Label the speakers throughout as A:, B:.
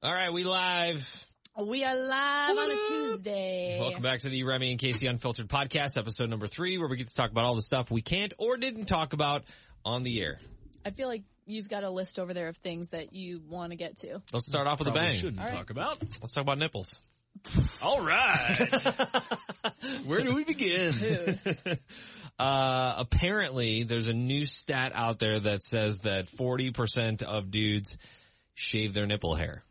A: All right, we live.
B: We are live on a Tuesday.
A: Welcome back to the Remy and Casey Unfiltered podcast, episode number three, where we get to talk about all the stuff we can't or didn't talk about on the air.
B: I feel like you've got a list over there of things that you want to get to.
A: Let's start off with a
C: Probably
A: bang.
C: shouldn't
B: All right.
C: talk about.
A: Let's talk about nipples.
C: All right. Where do we begin?
A: Uh, apparently there's a new stat out there that says that 40% of dudes shave their nipple hair.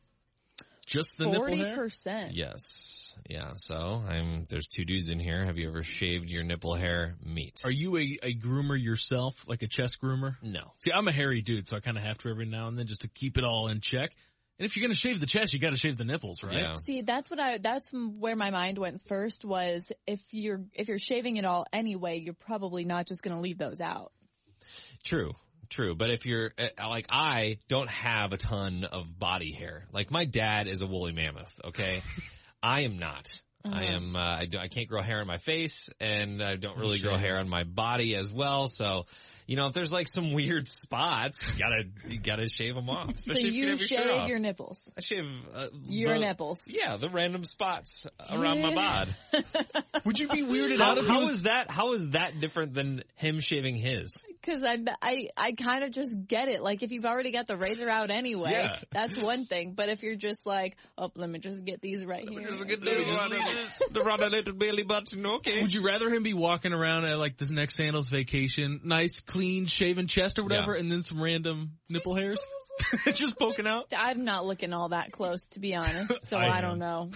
C: Just the nipple
B: Forty
C: hair?
B: percent.
A: Yes. Yeah. So I'm, there's two dudes in here. Have you ever shaved your nipple hair meat?
C: Are you a, a groomer yourself, like a chest groomer?
A: no.
C: See, I'm a hairy dude, so I kind of have to every now and then just to keep it all in check. And if you're going to shave the chest, you got to shave the nipples, right?
A: Yeah.
B: See, that's what I. That's where my mind went first. Was if you're if you're shaving it all anyway, you're probably not just going to leave those out.
A: True, true. But if you're uh, like I don't have a ton of body hair. Like my dad is a woolly mammoth. Okay, I am not. I
C: Uh-huh.
A: am. Uh, I, do, I can't grow hair on my face, and I don't really grow hair on my body as well. So, you know, if there's like some weird spots, you gotta you gotta shave them off. Especially
B: so
A: if you
B: you
A: have your shirt
B: shave
A: off.
B: your nipples,
A: I shave uh,
B: your
A: the-
B: nipples.
A: Yeah, the random spots around my
B: Yeah.
A: bod.
C: Would you be weirded out
A: How,
C: if he
A: how
C: was
A: is that? How is that different than him shaving his?
B: Cause I, I, I kind of just get it. Like if you've already got the razor out anyway,
C: Yeah.
B: that's one thing. But if you're just like, oh, let me just get these right here.
A: the rod belly button. Okay.
C: Would you rather him be walking around at like this next Sandals vacation, nice, clean, shaven chest or whatever,
A: Yeah.
C: and then some random nipple hairs just poking out?
B: I'm not looking all that close to be honest, so I,
C: I
B: don't know.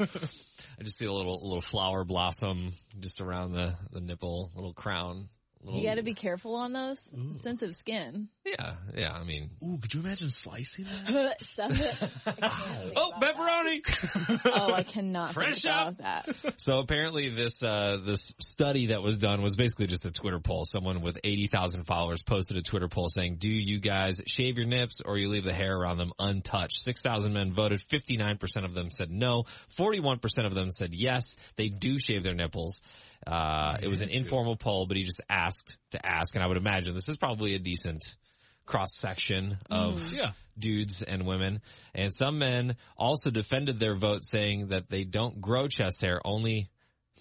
A: I just see a little a little flower blossom just around the the nipple, little crown. Little,
B: You got to be careful on those sensitive skin.
A: yeah, yeah. I mean,
C: Ooh, could you imagine slicing that?
B: So-
A: oh, pepperoni.
B: oh, I cannot
A: Fresh
B: Fresh think
A: up.
B: about that.
A: so apparently, this uh this study that was done was basically just a Twitter poll. Someone with eighty thousand followers posted a Twitter poll saying, "Do you guys shave your nips or you leave the hair around them untouched?" Six thousand men voted. Fifty nine percent of them said no. Forty one percent of them said yes. They do shave their nipples. Uh, it was an informal poll, but he just asked to ask, and I would imagine this is probably a decent cross section of
C: Yeah.
A: dudes and women. And some men also defended their vote saying that they don't grow chest hair, only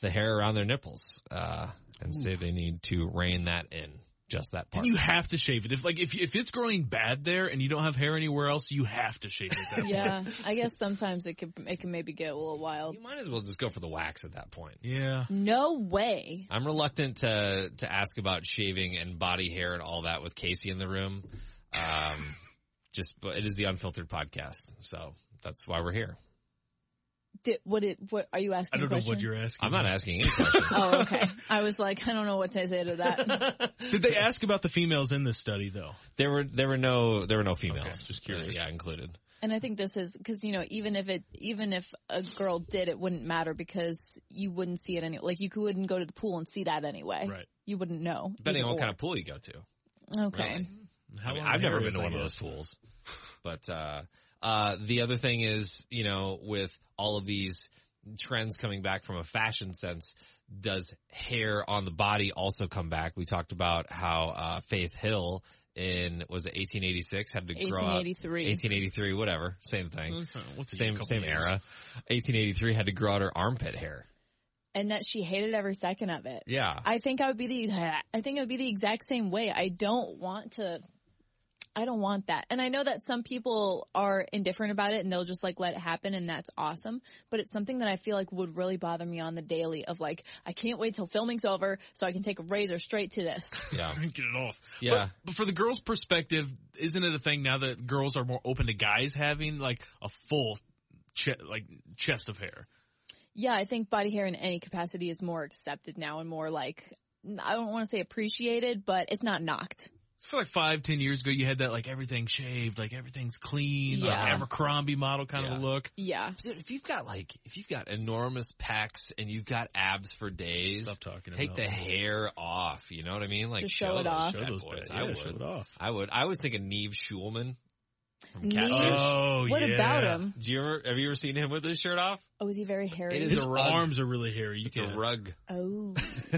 A: the hair around their nipples, uh, and say they need to rein that in. Just that part.
C: You have to shave it. If like if if it's growing bad there and you don't have hair anywhere else, you have to shave it. That
B: Yeah, I guess sometimes it could it can maybe get a little wild.
A: You might as well just go for the wax at that point.
C: yeah.
B: No way.
A: I'm reluctant to, to ask about shaving and body hair and all that with Casey in the room. Um, just, but it is the unfiltered podcast. So that's why we're here.
B: Did, what it? What are you
C: I
B: asking?
C: don't
B: a
C: know
B: question?
C: what you're asking.
A: I'm not asking any questions.
B: Oh, okay. I was like, I don't know what to say to that.
C: Did they ask about the females in this study though?
A: there were, there were no, there were no females.
C: just curious.
A: Uh, yeah, included.
B: And I think this is because you know, even if it, even if a girl did, it wouldn't matter because you wouldn't see it any. Like you couldn't go to the pool and see that anyway.
C: Right.
B: You wouldn't know.
A: Depending
B: either
A: on what
B: or.
A: kind of pool you go to.
B: Okay.
C: How
A: I mean,
C: long
A: I've
C: hair
A: never been
C: is,
A: to
C: I
A: one of
C: guess?
A: those pools. But uh, uh, the other thing is, you know, with all of these trends coming back from a fashion sense, does hair on the body also come back? We talked about how uh, Faith Hill in was it 1886 had to grow up
B: 1883.
A: 1883 whatever same thing
C: That's not- what's a
A: same
C: couple
A: same
C: years?
A: era 1883 had to grow out her armpit hair
B: and that she hated every second of it.
A: yeah
B: I think I would be the I think I would be the exact same way. I don't want to I don't want that. And I know that some people are indifferent about it and they'll just like let it happen and that's awesome, but it's something that I feel like would really bother me on the daily of like I can't wait till filming's over so I can take a razor straight to this.
A: yeah
C: Get it off.
A: Yeah.
C: But, but for the girls' perspective, isn't it a thing now that girls are more open to guys having like a full che- like chest of hair?
B: Yeah, I think body hair in any capacity is more accepted now and more like I don't want to say appreciated, but it's not knocked.
C: I feel like five, ten years ago, you had that like everything shaved, like everything's clean, like
B: Yeah.
C: Abercrombie model kind
A: Yeah.
C: of look.
B: Yeah.
A: Dude, if you've got like if you've got enormous pecs and you've got abs for days,
C: Stop talking
A: Take
C: about
A: the
C: it.
A: hair off. You know what I mean? Like
B: Just show it off.
A: Show
C: Show
A: those
C: those
A: boys.
C: bits.
A: I
C: Yeah,
A: would.
C: show it off.
A: I would. I was thinking Neve Schulman from
B: Neve?
A: Catfish.
C: Oh,
B: what
C: yeah.
B: about him?
A: Do you ever have you ever seen him with his shirt off?
B: Oh, is he very hairy?
A: It is
C: His
A: a rug.
C: arms are really hairy. You
A: It's
C: can
A: a rug.
B: oh. I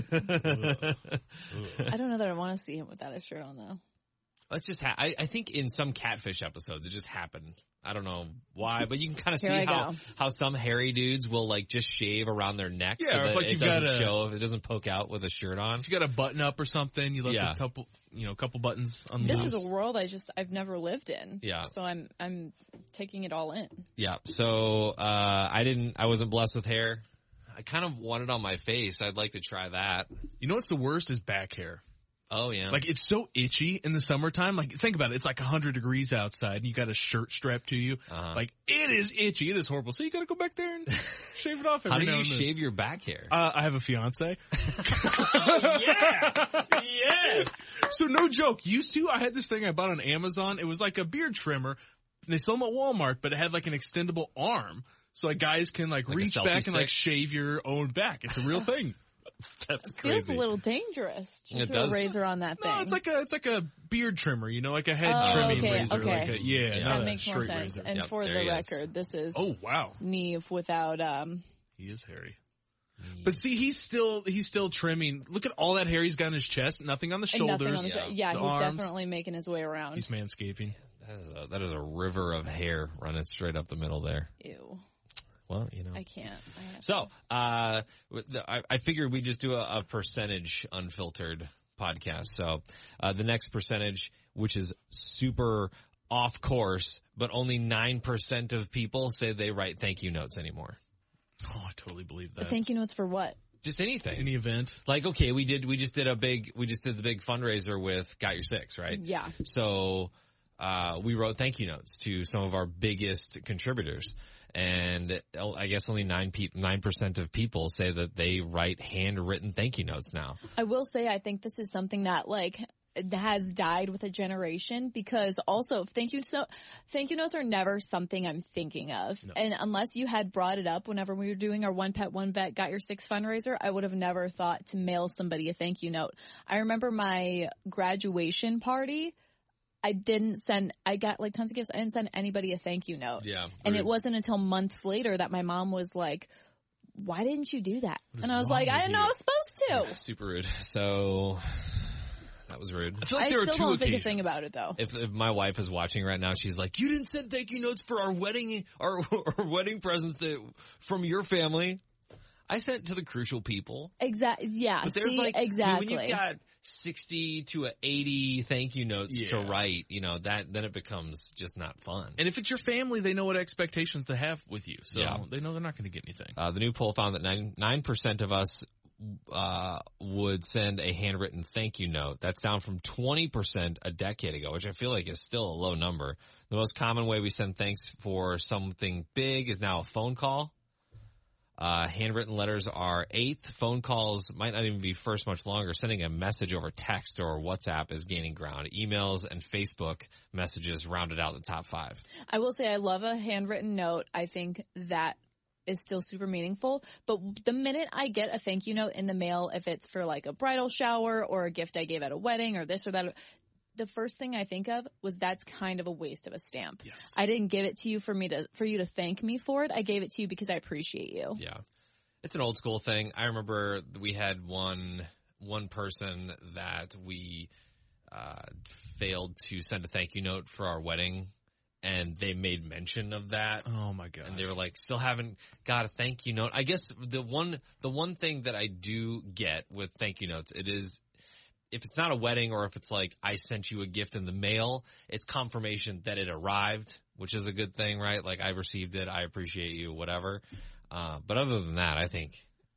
B: don't know that I want to see him without a shirt on though.
A: Let's just ha- I, I think in some catfish episodes it just happened. I don't know why, but you can kind of
B: Here
A: see
B: I
A: how,
B: go.
A: how some hairy dudes will like just shave around their neck
C: Yeah,
A: so
C: or if,
A: that
C: like,
A: it
C: you've
A: doesn't
C: got a-
A: show, if it doesn't poke out with a shirt on.
C: If you got a button up or something, you left
A: Yeah.
C: a couple, you know, a couple buttons on
B: This is a world I just I've never lived in.
A: Mm. Yeah.
B: So I'm I'm taking it all in.
A: Yeah. So, uh, I didn't, I wasn't blessed with hair. I kind of want it on my face. I'd like to try that.
C: You know what's the worst is back hair.
A: Oh yeah.
C: Like it's so itchy in the summertime. Like think about it. It's like 100 degrees outside and you got a shirt strapped to you.
A: Uh-huh.
C: Like it is itchy. It is horrible. So you got to go back there and shave it off every
A: how do
C: now
A: you
C: and then.
A: shave your back hair?
C: Uh, I have a fiance. Oh,
A: yes.
C: So no joke. Used to, I had this thing I bought on Amazon. It was like a beard trimmer. They sell them at Walmart, but it had like an extendable arm. So like guys can like,
A: Like a
C: reach
A: selfie
C: back
A: stick?
C: and like shave your own back. It's a real thing.
A: That's
B: Feels
A: crazy.
B: a little dangerous. Just
A: It
B: throw
A: does.
B: a razor on that thing.
C: No, it's like a, it's like a beard trimmer, you know, like a head
B: Oh,
C: trimming
B: okay,
C: razor.
B: okay.
C: Like a, yeah,
A: Oh, That
C: not
B: that
C: a
B: makes more
C: straight
B: sense.
C: razor.
B: And
A: Yep,
B: for
A: there
B: the
A: he is.
B: record, this is
C: Oh wow.
B: Neve without um
C: He is hairy. But see, he's still he's still trimming. Look at all that hair he's got on his chest. Nothing on the
B: and
C: shoulders.
B: nothing on the
A: yeah.
B: show. Yeah,
C: The
B: he's
C: arms.
B: definitely making his way around.
C: He's manscaping.
A: That is, a, that is a river of hair running straight up the middle there.
B: Ew.
A: Well, you know.
B: I can't. I have
A: So, uh, with the- I, I figured we just do a, a percentage unfiltered podcast. So, uh, the next percentage, which is super off course, but only 9% of people say they write thank you notes anymore.
C: Oh, I totally believe
B: the
C: that.
B: thank you notes for what?
A: Just anything.
C: Any event?
A: like, okay, we did, we just did a big, we just did the big fundraiser with Got Your Six, right?
B: Yeah.
A: So uh, we wrote thank you notes to some of our biggest contributors, and oh, I guess only nine pe- nine percent of people say that they write handwritten thank you notes now.
B: I will say I think this is something that like has died with a generation because also thank you so thank you notes are never something I'm thinking of. And unless you had brought it up whenever we were doing our one pet one vet got your six fundraiser, I would have never thought to mail somebody a thank you note. I remember my graduation party. I didn't send I got like tons of gifts. I didn't send anybody a thank you note.
A: Yeah,
B: And it wasn't until months later that my mom was like, why didn't you do that? And I was like, I didn't know I was supposed to.
A: super rude. So that was rude.
C: I feel like
B: I
C: there
B: still
C: are two
B: don't think a
C: occasions.
B: thing about it though.
A: If, if my wife is watching right now, she's like, "You didn't send thank you notes for our wedding, our, our wedding presents that from your family." I sent to the crucial people.
B: Exactly. Yeah.
A: But there's
B: see,
A: like
B: exactly.
A: when you've got sixty to a eighty thank you notes to
C: Yeah.
A: write, you know that then it becomes just not fun.
C: And if it's your family, they know what expectations to have with you. So
A: Yeah.
C: they know they're not going to get anything.
A: Uh, the new poll found that nine nine percent of us uh, would send a handwritten thank you note. That's down from twenty percent a decade ago, which I feel like is still a low number. The most common way we send thanks for something big is now a phone call. Uh, handwritten letters are eighth. Phone calls might not even be first much longer. Sending a message over text or WhatsApp is gaining ground. Emails and Facebook messages rounded out the top five.
B: I will say I love a handwritten note. I think that is still super meaningful. But the minute I get a thank you note in the mail, if it's for like a bridal shower or a gift I gave at a wedding or this or that, the first thing I think of was that's kind of a waste of a stamp.
C: Yes.
B: I didn't give it to you for me to, for you to thank me for it. I gave it to you because I appreciate you.
A: Yeah. It's an old school thing. I remember we had one, one person that we, uh, failed to send a thank you note for our wedding and they made mention of that.
C: Oh my god.
A: And they were like, still haven't got a thank you note. I guess the one, the one thing that I do get with thank you notes, it is, if it's not a wedding or if it's like, I sent you a gift in the mail, it's confirmation that it arrived, which is a good thing, right? Like I received it. I appreciate you, whatever. Uh, but other than that, I think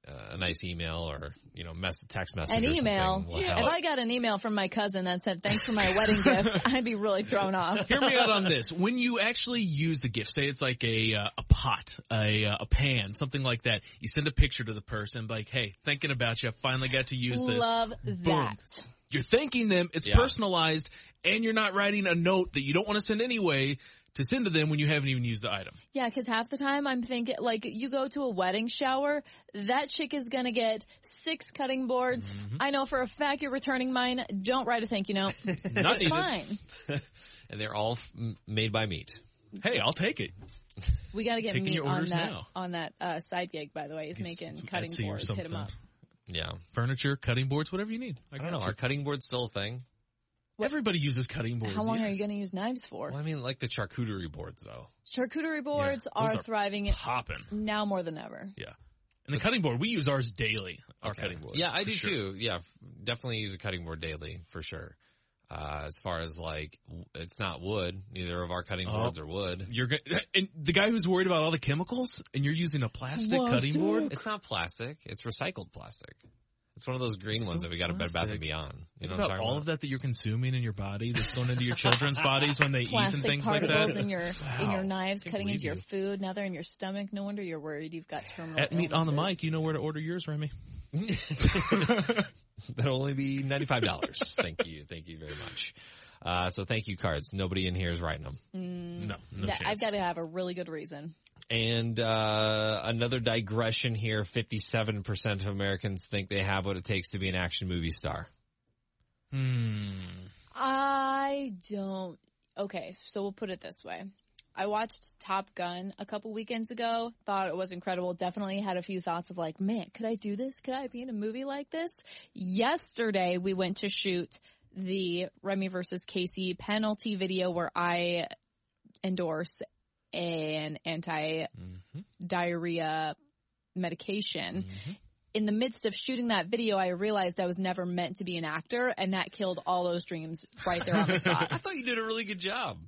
A: uh, a nice email or, you know, mess, text message
B: An
A: or
B: email.
A: something will
B: If
A: help.
B: I got an email from my cousin that said, thanks for my wedding gift, I'd be really thrown off.
C: Hear me out on this. When you actually use the gift, say it's like a uh, a pot, a uh, a pan, something like that. You send a picture to the person, like, "Hey, thinking about you. I finally got to use this."
B: Love that.
C: You're thanking them. It's
A: Yeah.
C: personalized, and you're not writing a note that you don't want to send anyway to send to them when you haven't even used the item.
B: Yeah, because half the time I'm thinking, like, you go to a wedding shower, that chick is gonna get six cutting boards.
C: Mm-hmm.
B: I know for a fact you're returning mine. Don't write a thank you note.
C: Not even.
B: Fine.
A: and they're all f- m- made by meat.
C: Hey, I'll take it.
B: We gotta get
C: Taking
B: meat
C: your
B: on
C: orders
B: that,
C: now.
B: on that, uh, side gig, by the way. He's making
C: some
B: cutting
C: Etsy or
B: boards. Hit him
C: something.
B: up.
A: Yeah.
C: Furniture, cutting boards, whatever you need.
A: I don't know.
C: got
A: Are
C: you.
A: cutting boards still a thing?
B: What-
C: Everybody uses cutting boards.
B: How long are
C: yes.
B: you going to use knives for?
A: Well, I mean, like the charcuterie boards though.
B: Charcuterie boards
C: those
B: are,
C: are
B: thriving
C: Popping.
B: now more than ever.
C: And the cutting board, we use ours daily. Our cutting board.
A: Yeah, I
C: for
A: do
C: sure.
A: too. Yeah, f- definitely use a cutting board daily for sure. Uh, as far as like, w- it's not wood. Neither of our cutting
C: Oh.
A: boards are wood.
C: You're going and the guy who's worried about all the chemicals, and you're using a plastic
B: Whoa,
C: cutting board.
B: dude.
A: It's not plastic. It's recycled plastic. It's one of those green
C: It's
A: ones
C: still
A: that we got at Bed Bath
C: plastic.
A: and Beyond. You
C: Think
A: know what I'm
C: about
A: talking
C: all
A: about?
C: of that that you're consuming in your body that's going into your children's bodies when they eat and
B: Plastic
C: things like that.
B: particles in your in
C: Wow.
B: your knives
C: Can't
B: cutting
C: believe
B: into your
C: you.
B: food. Now they're in your stomach. No wonder you're worried. You've got terminal.
C: At meat on the
B: illnesses.
C: mic, you know where to order yours, Remy.
A: That'll only be $95. thank you. Thank you very much. Uh, so thank you cards. Nobody in here is writing them.
B: Mm,
C: No, no
B: that-
C: chance.
B: I've got to have a really good reason.
A: And, uh, another digression here. 57% of Americans think they have what it takes to be an action movie star.
C: Hmm.
B: I don't. Okay, so we'll put it this way. I watched Top Gun a couple weekends ago, thought it was incredible, definitely had a few thoughts of like, man, could I do this? Could I be in a movie like this? Yesterday we went to shoot the Remy versus Casey penalty video where I endorse an anti
A: mm-hmm,
C: Mhm.
B: diarrhea medication
C: Mhm.
B: in the midst of shooting that video, I realized I was never meant to be an actor, and that killed all those dreams right there on the
A: I
B: spot.
A: thought you did a really good job.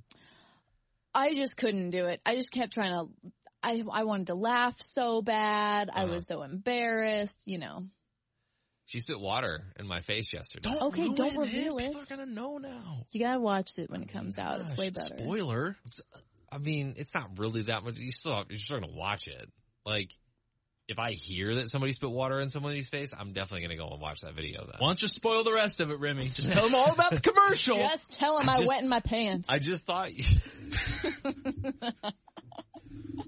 B: I just couldn't do it. I just kept trying to. I I wanted to laugh so bad. I
A: Uh-huh.
B: was so embarrassed. You know.
A: She spit water in my face yesterday.
C: Don't
B: Okay, don't
C: ruin
B: reveal it.
C: People are gonna know now.
B: You gotta watch it when it comes out. It's
C: Gosh,
B: way better.
C: Spoiler.
A: I mean, it's not really that much. You still, you're still gonna watch it. Like, if I hear that somebody spit water in somebody's face, I'm definitely gonna go and watch that video then.
C: Why don't you spoil the rest of it, Remy? Just tell them all about the commercial.
B: Just tell him
A: I
B: I,
A: just-
B: wet in my pants.
A: I just thought.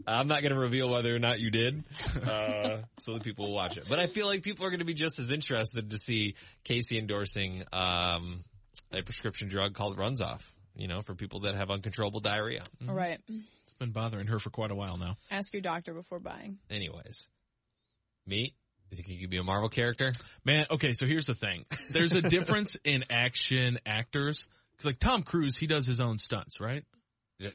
A: I'm not going to reveal whether or not you did, uh, so that people will watch it. But I feel like people are going to be just as interested to see Casey endorsing um, a prescription drug called Runs Off. You know, for people that have uncontrollable diarrhea.
B: all right.
C: It's been bothering her for quite a while now.
B: Ask your doctor before buying.
A: Anyways, meat. You think you could be a Marvel character?
C: Man, okay, so here's the thing. There's a difference in action actors. Cause like Tom Cruise, he does his own stunts, right?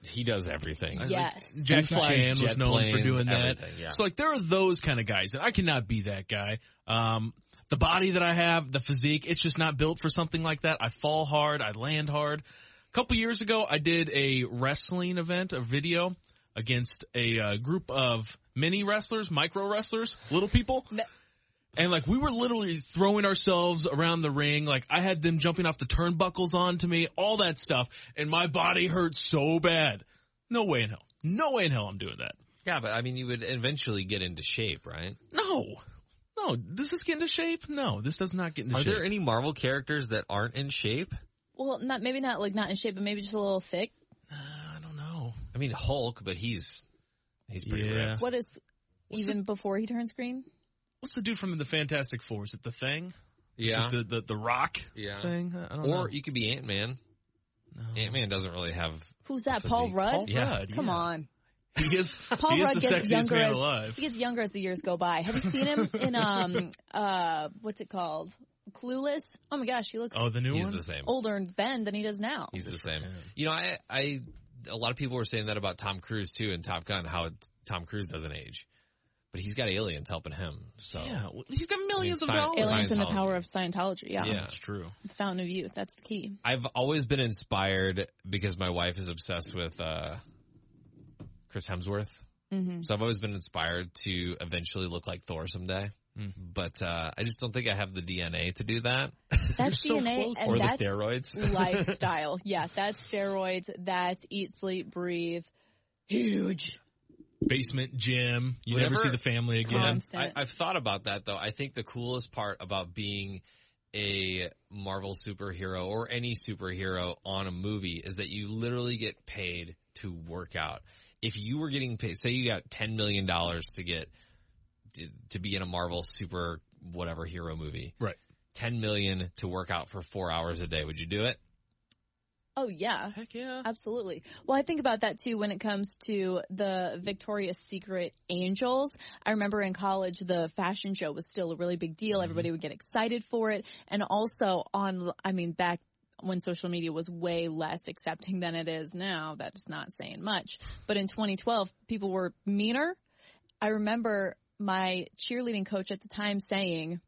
A: He does everything.
C: I-
B: Yes.
C: Jack
A: He flies
C: Chan was
A: jet
C: known for
A: planes,
C: doing that.
A: everything, yeah.
C: So like there are those kind of guys and I cannot be that guy. Um, the body that I have, the physique, it's just not built for something like that. I fall hard. I land hard. A couple years ago, I did a wrestling event, a video against a uh, group of mini wrestlers, micro wrestlers, little people.
B: No.
C: And like we were literally throwing ourselves around the ring. Like I had them jumping off the turnbuckles onto me, all that stuff. And my body hurt so bad. No way in hell. No way in hell I'm doing that.
A: Yeah, but I mean, you would eventually get into shape, right?
C: No. No, does this get into shape? No, this does not get into
A: Are
C: shape.
A: there any Marvel characters that aren't in shape?
B: Well, not maybe not like not in shape, but maybe just a little thick.
C: Uh, I don't know.
A: I mean, Hulk, but he's he's pretty
C: Yeah.
A: ripped.
B: What is
C: What's
B: even before he turns green?
C: What's the dude from the Fantastic Four? Is it the Thing?
A: Yeah,
C: Is it the, the, the Rock
A: yeah.
C: thing? I
A: Or
C: don't
A: E-
C: know. Uh-huh.
A: you could be Ant Man.
C: No.
A: Ant Man doesn't really have.
B: Who's that? Paul
A: Physique.
B: Rudd.
C: Paul
A: Yeah.
C: Rudd,
B: Come
C: yeah.
B: on.
C: He is,
B: Paul
C: he is
B: Rudd
C: the
B: gets
C: sexiest
B: younger
C: man
B: as-
C: alive.
B: He gets younger as the years go by. Have you seen him in um uh what's it called? Clueless? Oh my gosh, he looks
C: Oh, the new
A: He's
C: one?
A: the same.
B: older then than he does now.
A: He's the same.
C: man.
A: You know, I I a lot of people were saying that about Tom Cruise too in Top Gun, how Tom Cruise doesn't age, but he's got aliens helping him. So
C: Yeah, well, he's got millions
A: I mean,
C: of dollars.
A: science-
B: Aliens and the
A: Scientology.
B: power of Scientology. Yeah.
A: Yeah.
C: That's true.
B: The fountain of youth. That's the key.
A: I've always been inspired because my wife is obsessed with uh, Chris Hemsworth.
B: hmm
A: So I've always been inspired to eventually look like Thor someday.
C: Mm.
A: But uh, I just don't think I have the DNA to do that,
B: That's
C: so
B: DNA
C: close.
B: and
A: or the
B: that's
A: steroids.
B: lifestyle. Yeah, that's steroids. That's eat, sleep, breathe. Huge.
C: Basement gym. You never
A: Whenever-
C: see the family again.
B: Constant.
A: I, I've thought about that though. I think the coolest part about being a Marvel superhero or any superhero on a movie is that you literally get paid to work out. If you were getting paid, say you got $10 million to get, to, to be in a Marvel super whatever hero movie.
C: Right.
A: 10 million to work out for four hours a day. Would you do it?
B: oh yeah.
C: Heck yeah.
B: Absolutely. Well, I think about that too when it comes to the Victoria's Secret Angels. I remember in college, the fashion show was still a really big deal. Everybody would get excited for it. And also on, I mean, back when social media was way less accepting than it is now, that's not saying much. But in 2012, people were meaner. I remember my cheerleading coach at the time saying,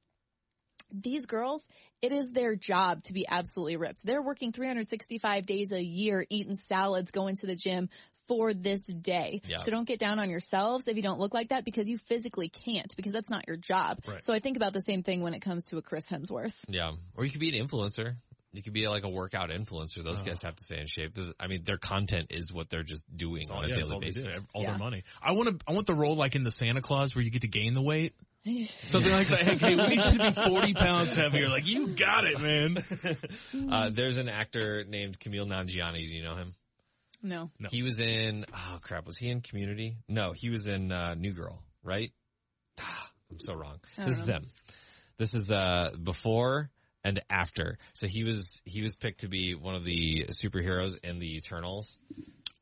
B: these girls, it is their job to be absolutely ripped. They're working 365 days a year, eating salads, going to the gym for this day.
A: Yeah.
B: So don't get down on yourselves if you don't look like that because you physically can't because that's not your job.
C: Right.
B: So I think about the same thing when it comes to a Chris Hemsworth.
A: Yeah. Or you could be an influencer. You could be like a workout influencer. Those
C: Uh-huh.
A: guys have to stay in shape. Th- I mean, their content is what they're just doing on a
C: Yeah, that's
A: daily
C: all they do.
A: basis.
C: All
B: Yeah.
C: their money. I want to. I want the role like in the Santa Claus where you get to gain the weight. Something like that. Hey, we need you to be forty pounds heavier. Like you got it, man.
A: Uh, there's an actor named Camille Nangiani. Do you know him?
B: No.
C: No.
A: He was in, oh crap, was he in Community? No, he was in uh, New Girl, right? Ah, I'm so wrong.
B: I
A: This is
B: don't
A: him. This is uh, before and after. So he was he was picked to be one of the superheroes in the Eternals.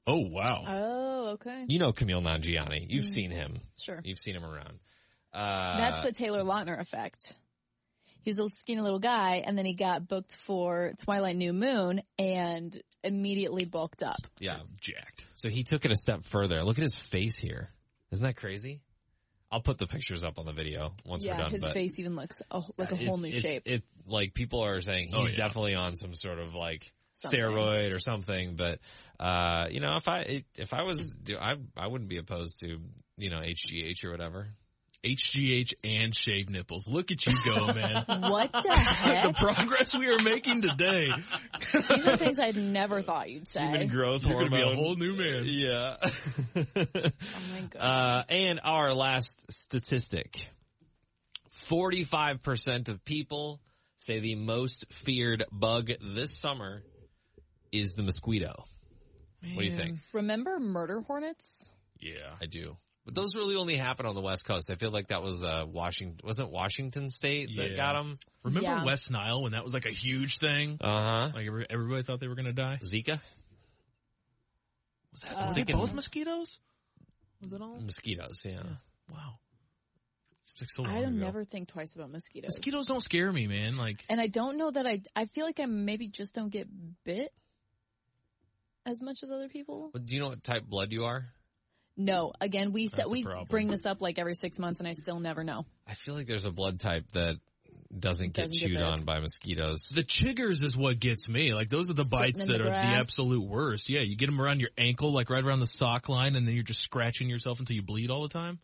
C: Oh wow.
B: Oh, okay.
A: You know Camille Nangiani. You've seen him.
B: Sure.
A: You've seen him around. Uh,
B: Mm-hmm. That's the Taylor Lautner effect. He was a skinny little guy, and then he got booked for Twilight New Moon and immediately bulked up.
A: yeah.
C: Jacked.
A: So he took it a step further. Look at his face here. Isn't that crazy? I'll put the pictures up on the video once
B: yeah,
A: we're done.
B: his
A: but
B: face even looks a, like a whole
A: it's-
B: new
A: it's-
B: shape.
A: It like people are saying he's
C: Oh, yeah.
A: definitely on some sort of like
B: Something.
A: steroid or something. But uh, you know, if I if I was, do I I wouldn't be opposed to you know HGH or whatever.
C: HGH and shaved nipples. Look at you go, man.
B: What the
C: the
B: heck?
C: progress we are making today.
B: These are things I'd never thought you'd say.
A: growth
C: You're gonna be a whole new man.
A: Yeah.
B: Oh my god.
A: uh, and our last statistic: forty-five percent of people say the most feared bug this summer is the mosquito. What do you think?
B: Remember murder hornets?
C: Yeah.
A: I do. But those really only happen on the West Coast. I feel like that was uh, Washington. Wasn't it Washington State that
C: Yeah.
A: got them?
C: Remember
B: Yeah.
C: West Nile when that was like a huge thing?
A: Uh
B: Uh-huh.
A: huh.
C: Like every, everybody thought they were gonna die.
A: Zika,
C: Was that,
B: Uh,
C: were they
A: Thinking-
C: both mosquitoes? Was it all?
A: mosquitoes. Yeah.
C: Wow. Seems
A: Oh,
C: like so long
B: I don't
C: ago.
B: never think twice about mosquitoes.
C: Mosquitoes don't scare me, man. Like
B: And I don't know that I. I feel like I maybe just don't get bit as much as other people.
A: But do you know what type blood you are?
B: No, again, we said
C: That's a
B: we
C: problem.
B: bring this up like every six months, and I still never know.
A: I feel like there's a blood type that doesn't get
B: Doesn't get
A: chewed
B: bit.
A: on by mosquitoes.
C: the chiggers is what gets me. Like those are the
B: Sitting
C: bites
B: in
C: that
B: the
C: are the
B: grass.
C: absolute worst. Yeah, you get them around your ankle, like right around the sock line, and then you're just scratching yourself until you bleed all the time.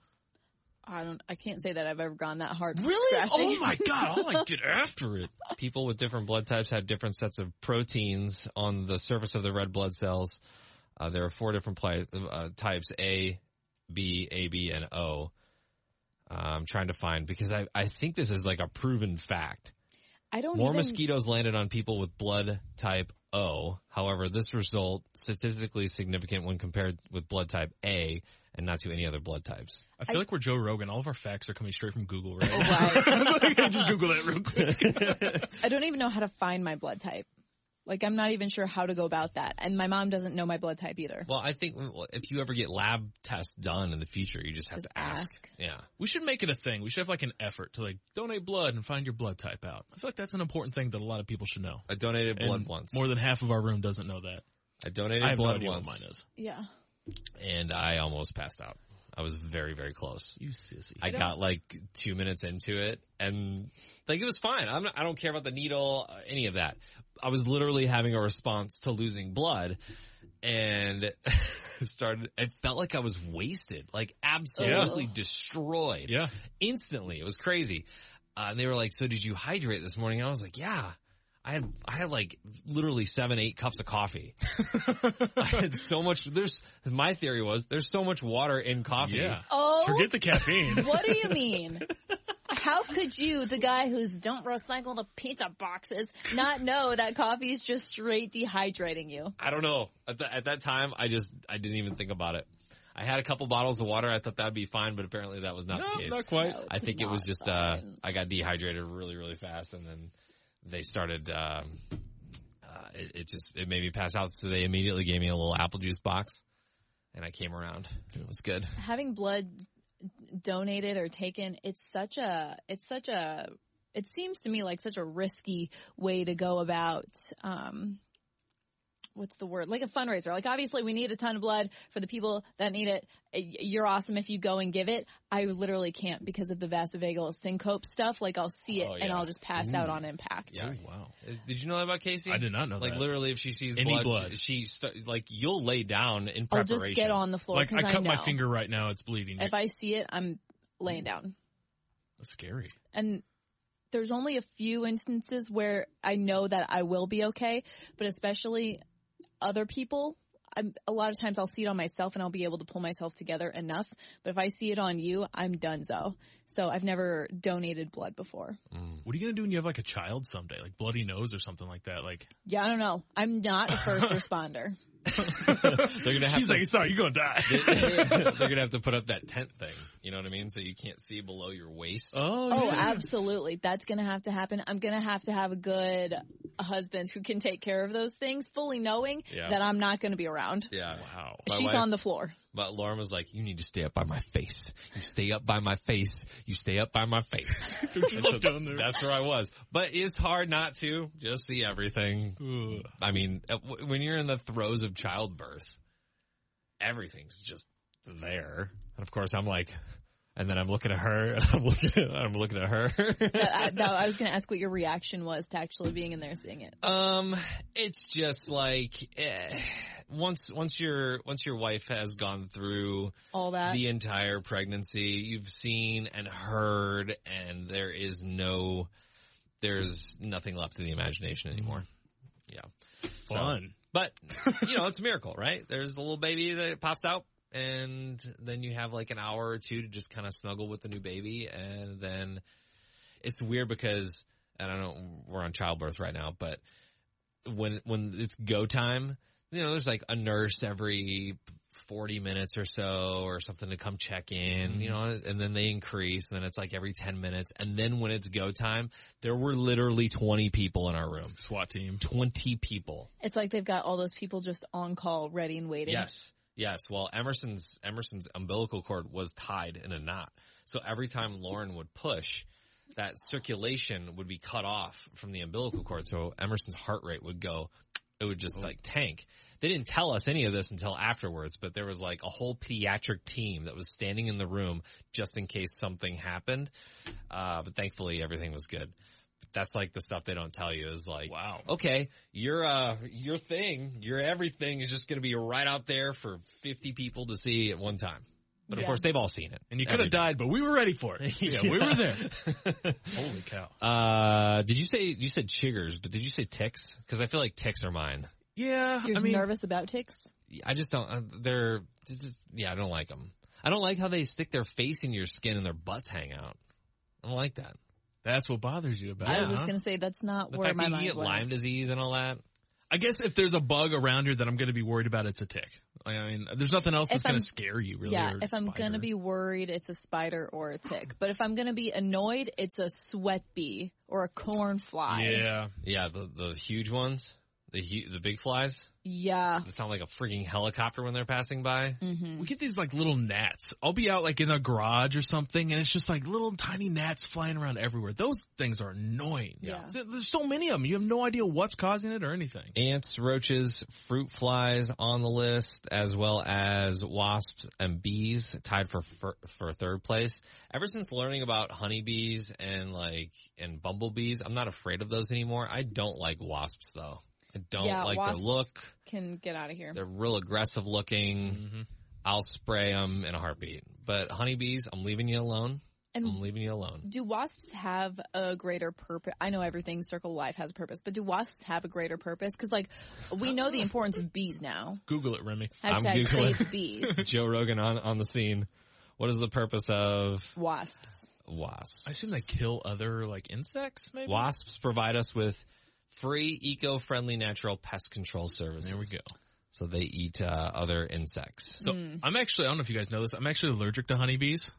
B: I don't. I can't say that I've ever gone that hard. Scratching.
C: Oh my god! I'll like get after it.
A: People with different blood types have different sets of proteins on the surface of the red blood cells. Uh, there are four different pli- uh, types: A, B, AB, and O. Uh, I'm trying to find because I, I think this is like a proven fact.
B: I don't.
A: More
B: even,
A: mosquitoes landed on people with blood type O. However, this result statistically significant when compared with blood type A and not to any other blood types.
C: I feel like we're Joe Rogan. All of our facts are coming straight from Google, right?
B: Oh. Right.
C: just Google that real quick.
B: I don't even know how to find my blood type. Like I'm not even sure how to go about that, and my mom doesn't know my blood type either.
A: Well, I think well, if you ever get lab tests done in the future, you just have
B: Just
A: to ask.
B: ask.
A: Yeah.
C: We should make it a thing. We should have like an effort to like donate blood and find your blood type out. I feel like that's an important thing that a lot of people should know.
A: I donated blood
C: And
A: once.
C: More than half of our room doesn't know that.
A: I
C: I
A: donated
C: have no
A: blood
C: idea
A: once
C: what mine is.
B: Yeah.
A: and I almost passed out. I was very, very close.
C: You sissy.
A: I got like two minutes into it and like it was fine. I'm not, I don't care about the needle, uh, any of that. I was literally having a response to losing blood and started, it felt like I was wasted, like absolutely destroyed
C: yeah.
A: instantly. It was crazy. Uh, and they were like, so did you hydrate this morning? I was like, yeah. I had, I had like literally seven, eight cups of coffee. I had so much, there's, my theory was there's so much water in coffee.
C: Yeah.
B: Oh.
C: Forget the caffeine.
B: what do you mean? How could you, the guy who's don't recycle the pizza boxes, not know that coffee is just straight dehydrating you?
A: I don't know. At, the, at that time, I just I didn't even think about it. I had a couple bottles of water. I thought that'd be fine, but apparently that was not the case.
C: quite.
B: No, it's
A: I think it was
B: not
A: just uh,
B: fine.
A: I got dehydrated really, really fast, and then they started. Um, uh, it, it just it made me pass out, so they immediately gave me a little apple juice box, and I came around. It was good.
B: having blood donated or taken. It's such a it's such a it seems to me like such a risky way to go about um what's the word like a fundraiser like obviously we need a ton of blood for the people that need it Y- you're awesome if you go and give it i literally can't because of the vasovagal syncope stuff like i'll see it
A: Oh,
B: and
A: yeah.
B: i'll just pass out on impact
A: Yeah.
C: Oh, wow.
A: Uh, Did you know that about Casey?
C: I did not know
A: Like
C: that.
A: literally, if she sees
C: Any
A: blood,
C: blood.
A: she st- like you'll lay down in
B: i'll
A: preparation.
B: just get on the floor
C: like I
B: because
C: cut
B: know
C: my finger right now, it's bleeding.
B: if i see it i'm laying down
C: That's scary.
B: and there's only a few instances where I know that I will be okay, but especially other people. I'm, a lot of times I'll see it on myself and I'll be able to pull myself together enough. But if I see it on you, I'm donezo. So I've never donated blood before.
A: Mm.
C: What are you gonna do when you have like a child someday, like bloody nose or something like that? Like
B: Yeah, I don't know. I'm not a first responder.
A: They're gonna have to,
C: she's like, sorry, you're gonna die.
A: they're gonna have to put up that tent thing. You know what I mean? So you can't see below your waist.
B: Oh, absolutely. That's going to have to happen. I'm going to have to have a good husband who can take care of those things, fully knowing
A: Yeah.
B: that I'm not going to be around.
A: yeah.
C: wow.
A: My
B: She's
A: wife-
B: on the floor.
A: But Lauren was like, "You need to stay up by my face. You stay up by my face. You stay up by my face."
C: Don't you
A: And so
C: look down there.
A: That's where I was. But it's hard not to just see everything.
C: Ugh.
A: I mean, uh, w- when you're in the throes of childbirth, everything's just there. And of course, I'm like, and then I'm looking at her. and I'm looking. At, I'm looking at her.
B: that, I, that, I was going to ask what your reaction was to actually being in there seeing it.
A: um, it's just like eh, once once your once your wife has gone through
B: All that.
A: the entire pregnancy. You've seen and heard, and there is no, there's nothing left in the imagination anymore. Yeah. So-
C: Fun.
A: but, you know, it's a miracle, right? There's a little baby that pops out, and then you have like an hour or two to just kind of snuggle with the new baby, and then it's weird because, and I know we're on childbirth right now, but when, when it's go time, you know, there's like a nurse every 40 minutes or so or something to come check in, you know, and then they increase and then it's like every 10 minutes. And then when it's go time, there were literally 20 people in our room.
C: SWAT team.
A: 20 people.
B: it's like they've got all those people just on call, ready and waiting.
A: Yes. Yes. Well, Emerson's Emerson's umbilical cord was tied in a knot. So every time Lauren would push, that circulation would be cut off from the umbilical cord. So Emerson's heart rate would go it would just like tank. They didn't tell us any of this until afterwards, but there was like a whole pediatric team that was standing in the room just in case something happened. Uh, but thankfully everything was good. But that's like the stuff they don't tell you is like,
C: Wow.
A: okay, your uh your thing, your everything is just gonna be right out there for fifty people to see at one time. But of
B: Yeah.
A: course they've all seen it.
C: And you could have died, but we were ready for it. Yeah, we were there.
A: there.
C: Holy cow.
A: uh did you say you said chiggers, but did you say ticks? Because I feel like ticks are mine.
C: Yeah,
B: You're
C: I mean,
B: nervous about ticks?
A: I just don't uh, they're just- just- yeah, I don't like them. I don't like how they stick their face in your skin and their butts hang out. I don't like that.
C: that's what bothers you about
B: I
C: it.
B: was
C: huh?
B: going to say that's not
A: Uh-huh. The
B: where
A: fact
B: my
A: that you
B: mind
A: get
B: went.
A: Lyme disease and all that.
C: I guess if there's a bug around here that I'm going to be worried about, it's a tick. I mean, there's nothing else that's
B: If I'm-
C: going to scare you, really.
B: yeah,
C: or
B: if I'm going
C: spider.
B: to be worried, it's a spider or a tick. But if I'm going to be annoyed, it's a sweat bee or a corn fly.
C: Yeah.
A: Yeah, the the huge ones, the hu- the big flies.
B: Yeah.
A: that sound like a freaking helicopter when they're passing by.
B: hmm
C: We get these like little gnats. I'll be out like in a garage or something and it's just like little tiny gnats flying around everywhere. Those things are annoying.
B: Yeah.
C: There- There's so many of them. You have no idea what's causing it or anything.
A: Ants, roaches, fruit flies on the list, as well as wasps and bees tied for, for, for third place. Ever since learning about honeybees and like, and bumblebees, I'm not afraid of those anymore. I don't like wasps though. I don't
B: Yeah,
A: like their
B: wasps-
A: look.
B: Can get out of here.
A: They're real aggressive looking.
C: Mm-hmm.
A: I'll spray them in a heartbeat. But honeybees, I'm leaving you alone. I'm
B: And
A: leaving you alone.
B: do wasps have a greater purpose? I know everything circle of life has a purpose, but do wasps have a greater purpose? Cause like we know the importance of bees now.
C: Google it, Remy.
A: I'm
B: Hashtag
A: Googling.
B: save bees.
A: Joe Rogan on, on the scene. What is the purpose of
B: wasps.
A: wasps.
C: I assume they kill other like insects maybe?
A: Wasps provide us with free, eco-friendly, natural pest control services.
C: There we go.
A: So they eat uh, other insects.
C: So
B: Hmm.
C: I'm actually, I don't know if you guys know this, I'm actually allergic to honeybees.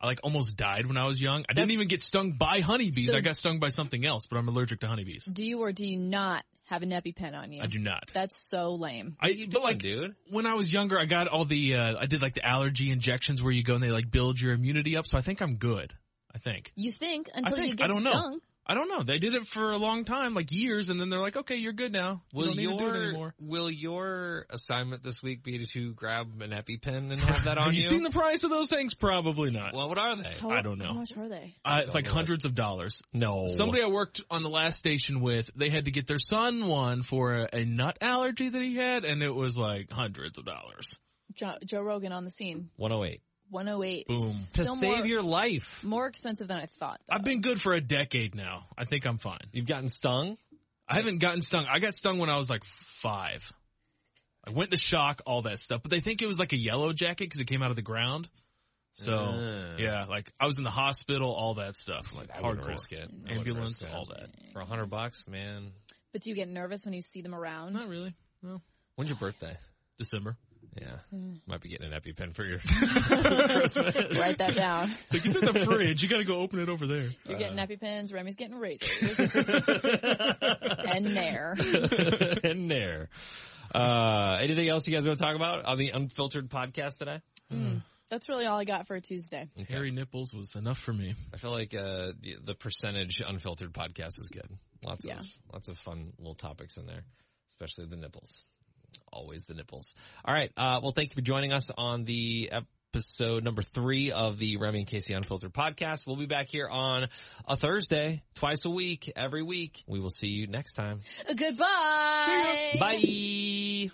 C: I like almost died when I was young. I didn't even get stung by honeybees.
B: So-
C: I got stung by something else, but I'm allergic to honeybees.
B: Do you or do you not have an EpiPen on you?
C: I do not.
B: That's so lame.
C: I, but like,
A: dude,
C: when I was younger, I got all the, uh, I did like the allergy injections where you go and they like build your immunity up. So I think I'm good. I think.
B: You think until
C: I think,
B: you get
C: I don't know.
B: stung.
C: I don't know. They did it for a long time, like years, and then they're like, okay, you're good now. We
A: Will
C: don't need to do it
A: your
C: anymore.
A: will your assignment this week be to grab an EpiPen and have that on
C: Have you seen the price of those things? Probably not.
A: well, what are they?
B: How,
C: I don't
B: How
C: know.
B: much are they?
C: Uh, it's like
A: Don't Oh. look.
C: hundreds of dollars.
A: No.
C: Somebody I worked on the last station with, they had to get their son one for a, a nut allergy that he had, and it was like hundreds of dollars.
B: Jo- Joe Rogan on the scene.
A: 108
B: 108.
C: Boom.
A: to
B: Still
A: save
B: more,
A: your life.
B: more expensive than I thought. though.
C: I've been good for a decade now. I think I'm fine.
A: You've gotten stung.
C: I haven't gotten stung. I got stung when I was like five. I went to shock, all that stuff, but they think it was like a yellow jacket because it came out of the ground. So
A: Ah.
C: yeah, like I was in the hospital, all that stuff, like
A: I wouldn't
C: hardcore
A: risk it. I wouldn't
C: ambulance,
A: risk
C: all that.
A: For a hundred bucks, man.
B: But do you get nervous when you see them around?
C: Not really. No,
A: When's your birthday?
C: December.
A: Yeah. Might be getting an EpiPen for your Christmas.
B: Write that down.
C: Like it's in the fridge. You got to go open it over there. Uh,
B: You're getting EpiPens. Remy's getting razors. and there.
A: in there. Uh, anything else you guys want to talk about on the unfiltered podcast today?
B: That's really all I got for Tuesday.
C: Hairy nipples was enough for me.
A: I feel like uh, the, the percentage unfiltered podcast is good. Lots
B: Yeah.
A: of lots of fun little topics in there, especially the nipples. Always the nipples. All right. Uh, well, thank you for joining us on the episode number three of the Remy and Casey Unfiltered podcast. We'll be back here on a Thursday, twice a week, every week. We will see you next time.
B: Goodbye.
A: Bye.